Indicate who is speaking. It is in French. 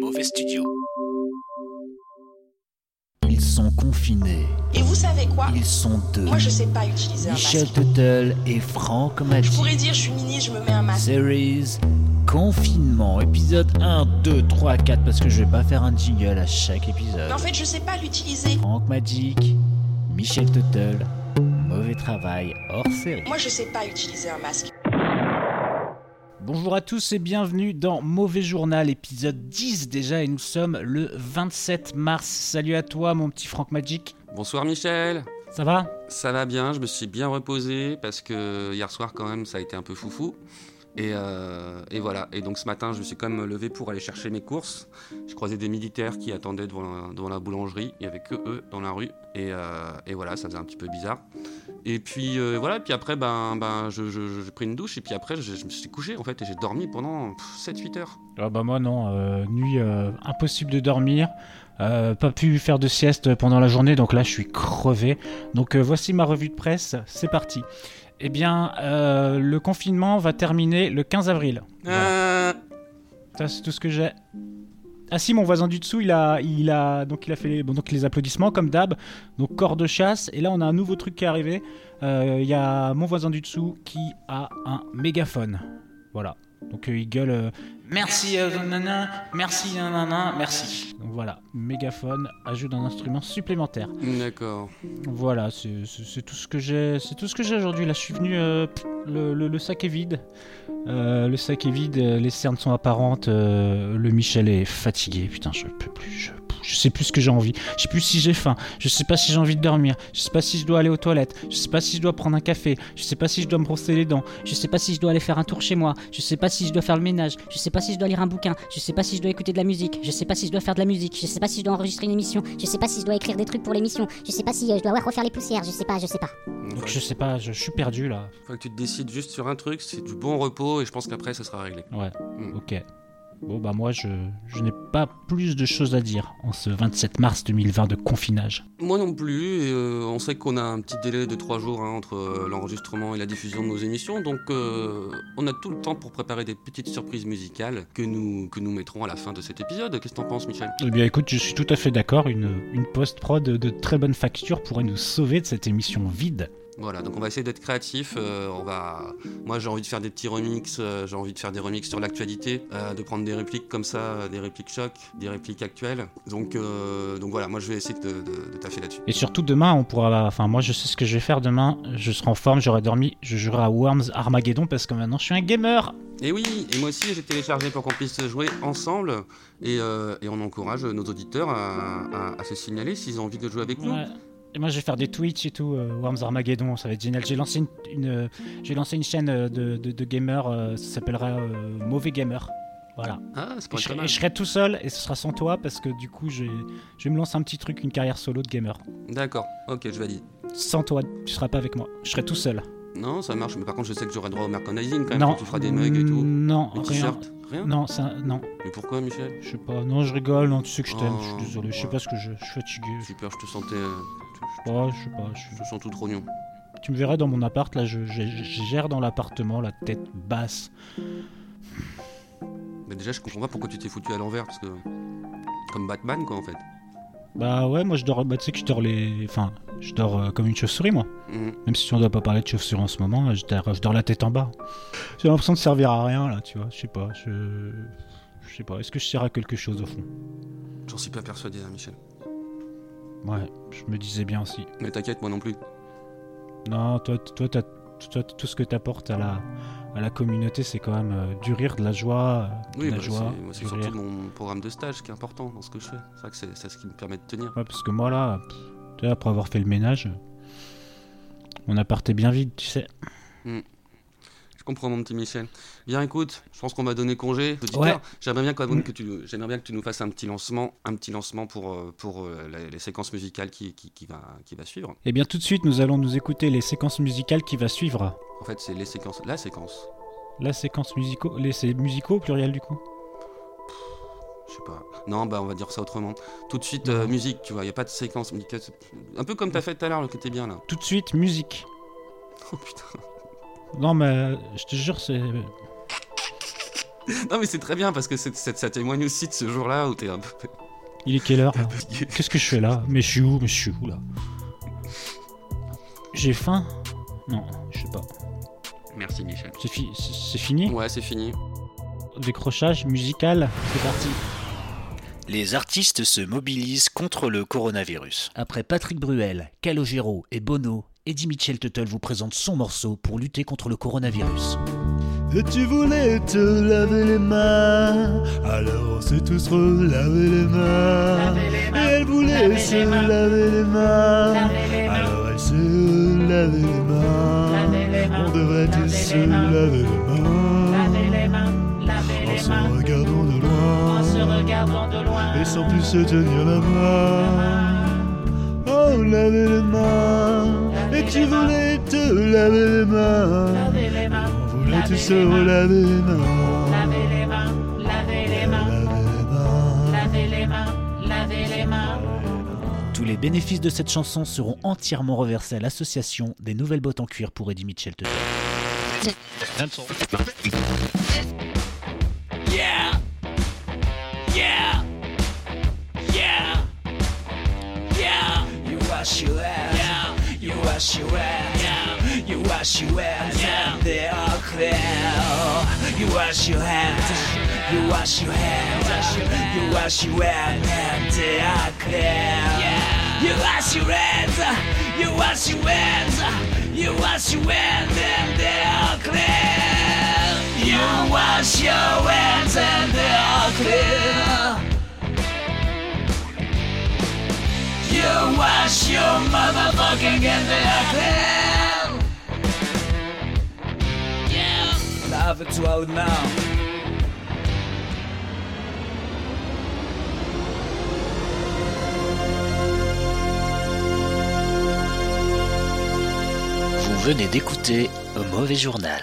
Speaker 1: mauvais studio.
Speaker 2: Ils sont confinés.
Speaker 3: Et vous savez quoi
Speaker 2: Ils sont deux.
Speaker 3: Moi, je sais pas utiliser un
Speaker 2: Michel
Speaker 3: masque.
Speaker 2: Tuttle et Franck
Speaker 3: Je
Speaker 2: Magic.
Speaker 3: pourrais dire, je suis ministre, je me mets un masque.
Speaker 2: Series Confinement, épisode 1, 2, 3, 4, parce que je vais pas faire un jingle à chaque épisode.
Speaker 3: Mais en fait, je sais pas l'utiliser.
Speaker 2: Franck Magic, Michel Tuttle, mauvais travail hors série.
Speaker 3: Moi, je sais pas utiliser un masque.
Speaker 2: Bonjour à tous et bienvenue dans Mauvais Journal, épisode 10 déjà, et nous sommes le 27 mars. Salut à toi, mon petit Franck Magic.
Speaker 4: Bonsoir Michel
Speaker 2: Ça va
Speaker 4: Ça va bien, je me suis bien reposé parce que hier soir quand même ça a été un peu foufou. Et, euh, et voilà, et donc ce matin je me suis quand même levé pour aller chercher mes courses. Je croisais des militaires qui attendaient devant la, devant la boulangerie, il n'y avait que eux dans la rue. Et, euh, et voilà, ça faisait un petit peu bizarre. Et puis euh, voilà, puis après ben, ben, je, je- je- j'ai pris une douche et puis après je, je me suis couché en fait et j'ai dormi pendant 7-8 heures.
Speaker 2: Ah bah moi non, euh, nuit euh, impossible de dormir, euh, pas pu faire de sieste pendant la journée, donc là je suis crevé. Donc euh, voici ma revue de presse, c'est parti. Eh bien, euh, le confinement va terminer le 15 avril. Voilà.
Speaker 4: Euh,
Speaker 2: Ça c'est tout ce que j'ai. Ah si, mon voisin du dessous, il a, il a, donc il a fait les, bon, donc les applaudissements comme d'hab, donc corps de chasse. Et là, on a un nouveau truc qui est arrivé. Euh, Il y a mon voisin du dessous qui a un mégaphone. Voilà. Donc euh, il gueule. euh, merci, euh, nanana, merci, nanana, merci. Donc voilà, mégaphone, ajout d'un instrument supplémentaire.
Speaker 4: D'accord.
Speaker 2: Voilà, c'est c'est- c'est tout ce que j'ai. C'est tout ce que j'ai aujourd'hui. Là, je suis venu. euh, pff, le, le- le sac est vide. Euh, le sac est vide. euh, les cernes sont apparentes. euh, le Michel est fatigué. Putain, je peux plus. Je, je sais plus ce que j'ai envie. Je sais plus si j'ai faim. Je sais pas si j'ai envie de dormir. Je sais pas si je dois aller aux toilettes. Je sais pas si je dois prendre un café. Je sais pas si je dois me brosser les dents.
Speaker 5: Je sais pas si je dois aller faire un tour chez moi. Je sais pas si je dois faire le ménage. Je sais pas si je dois lire un bouquin. Je sais pas si je dois écouter de la musique. Je sais pas si je dois faire de la musique. Je sais pas si je dois enregistrer une émission. Je sais pas si je dois écrire des trucs pour l'émission. Je sais pas si euh, je dois ouais, refaire les poussières. Je sais pas, je sais pas.
Speaker 2: Donc je sais pas. Je, je suis perdu là.
Speaker 4: Faut que tu te décides juste sur un truc, c'est du bon repos et je pense qu'après ça sera réglé.
Speaker 2: Ouais.
Speaker 4: Mm.
Speaker 2: Ok. Bon bah moi je, je n'ai pas plus de choses à dire en ce 27 mars 2020 de confinage.
Speaker 4: Moi non plus, et, euh, on sait qu'on a un petit délai de trois jours hein, entre euh, l'enregistrement et la diffusion de nos émissions, donc euh, on a tout le temps pour préparer des petites surprises musicales que nous, que nous mettrons à la fin de cet épisode. Qu'est-ce que t'en penses Michel
Speaker 2: Eh bien écoute, je suis tout à fait d'accord, une, une post-prod de très bonne facture pourrait nous sauver de cette émission vide.
Speaker 4: Voilà, donc on va essayer d'être créatif. euh, on va... Moi j'ai envie de faire des petits remixes, euh, j'ai envie de faire des remixes sur l'actualité, euh, de prendre des répliques comme ça, euh, des répliques choc, des répliques actuelles. Donc, euh, donc voilà, moi je vais essayer de, de- de taffer là-dessus.
Speaker 2: Et surtout demain, on pourra... Enfin moi je sais ce que je vais faire demain, je serai en forme, j'aurai dormi, je jouerai à Worms Armageddon parce que maintenant je suis un gamer
Speaker 4: Et oui, et moi aussi j'ai téléchargé pour qu'on puisse jouer ensemble et, euh, et on encourage nos auditeurs à, à- à se signaler s'ils ont envie de jouer avec nous.
Speaker 2: Ouais. Mm. Et moi je vais faire des Twitch et tout, euh, Worms Armageddon, ça va être génial. J'ai lancé une, une, euh, j'ai lancé une chaîne euh, de, de, de gamers, euh, ça s'appellera euh, Mauvais Gamer. Voilà.
Speaker 4: Ah, c'est
Speaker 2: Et
Speaker 4: pas
Speaker 2: je,
Speaker 4: très
Speaker 2: serai-
Speaker 4: mal.
Speaker 2: et je serai tout seul et ce sera sans toi parce que du coup je, je vais me lancer un petit truc, une carrière solo de gamer.
Speaker 4: D'accord, ok, je valide.
Speaker 2: Sans toi, tu seras pas avec moi, je serai tout seul.
Speaker 4: Non, ça marche, mais par contre je sais que j'aurai droit au merchandising quand même,
Speaker 2: Non. Mm,
Speaker 4: quand tu feras des mugs et tout.
Speaker 2: Non,
Speaker 4: Des
Speaker 2: rien.
Speaker 4: t-shirts, rien.
Speaker 2: Non, ça, non,
Speaker 4: Mais pourquoi Michel
Speaker 2: je sais pas. Non, je rigole. Non, tu sais que je t'aime.
Speaker 4: Oh,
Speaker 2: je suis désolé. Je sais
Speaker 4: ouais.
Speaker 2: pas ce que je, je suis fatigué. Je sais
Speaker 4: Super, je te sentais. euh, je-
Speaker 2: pas, je sais pas. je suis-
Speaker 4: Je te sens tout rognon.
Speaker 2: Tu me verrais dans mon appart là. Je, je- je gère dans l'appartement la tête basse.
Speaker 4: Mais déjà, je comprends pas pourquoi tu t'es foutu à l'envers, parce que. Comme Batman, quoi, en fait.
Speaker 2: Bah ouais, moi je dors. Bah tu sais que je dors les. Enfin, je dors euh, comme une chauve-souris moi.
Speaker 4: Mhm.
Speaker 2: Même si on doit pas parler de chauve-souris en ce moment, je dors, je dors la tête en bas. J'ai l'impression de servir à rien là. Tu vois. Je sais pas. Je. Je sais pas. Est-ce que je sers à quelque chose au fond
Speaker 4: J'en suis pas persuadé, hein, Michel.
Speaker 2: Ouais. Je me disais bien aussi.
Speaker 4: Mais t'inquiète, moi non plus.
Speaker 2: Non, toi, toi, t'as- toi, tout ce que t'apportes à la, à la communauté, c'est quand même euh, du rire, de la joie, euh, de
Speaker 4: Oui,
Speaker 2: la
Speaker 4: bah, c'est
Speaker 2: joie,
Speaker 4: moi, c'est
Speaker 2: du
Speaker 4: surtout
Speaker 2: rire.
Speaker 4: mon programme de stage qui est important dans ce que je fais. C'est vrai que c'est c'est ce qui me permet de tenir.
Speaker 2: Ouais, parce que moi là, pff, tu sais, après avoir fait le ménage, mon appart est bien vide, tu sais.
Speaker 4: Je comprends mon petit Michel. Bien écoute, je pense qu'on m'a donné congé. Auditeur,
Speaker 2: Ouais.
Speaker 4: J'aimerais bien, quand même que tu, j'aimerais bien que tu nous fasses un petit lancement, un petit lancement pour, euh, pour euh, les, les séquences musicales qui, qui, qui va, qui va suivre.
Speaker 2: Et Eh bien tout de suite, nous allons nous écouter les séquences musicales qui va suivre.
Speaker 4: En fait, c'est les séquences, la séquence.
Speaker 2: La séquence musicaux, les c'est musicaux au pluriel du coup.
Speaker 4: Je sais pas. Non, bah on va dire ça autrement. Tout de suite, euh, musique, tu vois. Il n'y a pas de séquence musicale. Un peu comme t'as fait tout à l'heure, là, que t'es bien là.
Speaker 2: Tout de suite, musique.
Speaker 4: Oh putain.
Speaker 2: Non mais euh, je te jure, c'est
Speaker 4: Non, mais c'est très bien parce que c'est- c'est- ça témoigne aussi de ce jour-là où t'es un peu.
Speaker 2: Il est quelle heure là
Speaker 4: fatigué.
Speaker 2: Qu'est-ce que je fais là Mais je suis où Mais je suis où là J'ai faim Non, je sais pas.
Speaker 4: Merci, Michel.
Speaker 2: C'est fi- c'est- c'est fini
Speaker 4: Ouais, c'est fini.
Speaker 2: Décrochage musical, c'est parti.
Speaker 1: Les artistes se mobilisent contre le coronavirus.
Speaker 6: Après Patrick Bruel, Calogero et Bono, Eddie Mitchell Tuttle vous présente son morceau pour lutter contre le coronavirus.
Speaker 7: Et tu voulais te laver les mains, alors on s'est tous relavé les mains. Et elle voulait se laver les mains, alors elle se lavé les mains. On devrait tous se laver les mains. En se regardant de loin, et sans plus se tenir la main. Oh, laver les mains. Et tu voulais te laver les mains. On voulait tous se relaver les mains. Laver les mains, laver les mains. Laver les mains, laver les mains.
Speaker 6: Tous les bénéfices de cette chanson seront entièrement reversés à l'association des nouvelles bottes en cuir pour Eddie Mitchell Tuttle.
Speaker 1: Vous venez d'écouter Un mauvais journal.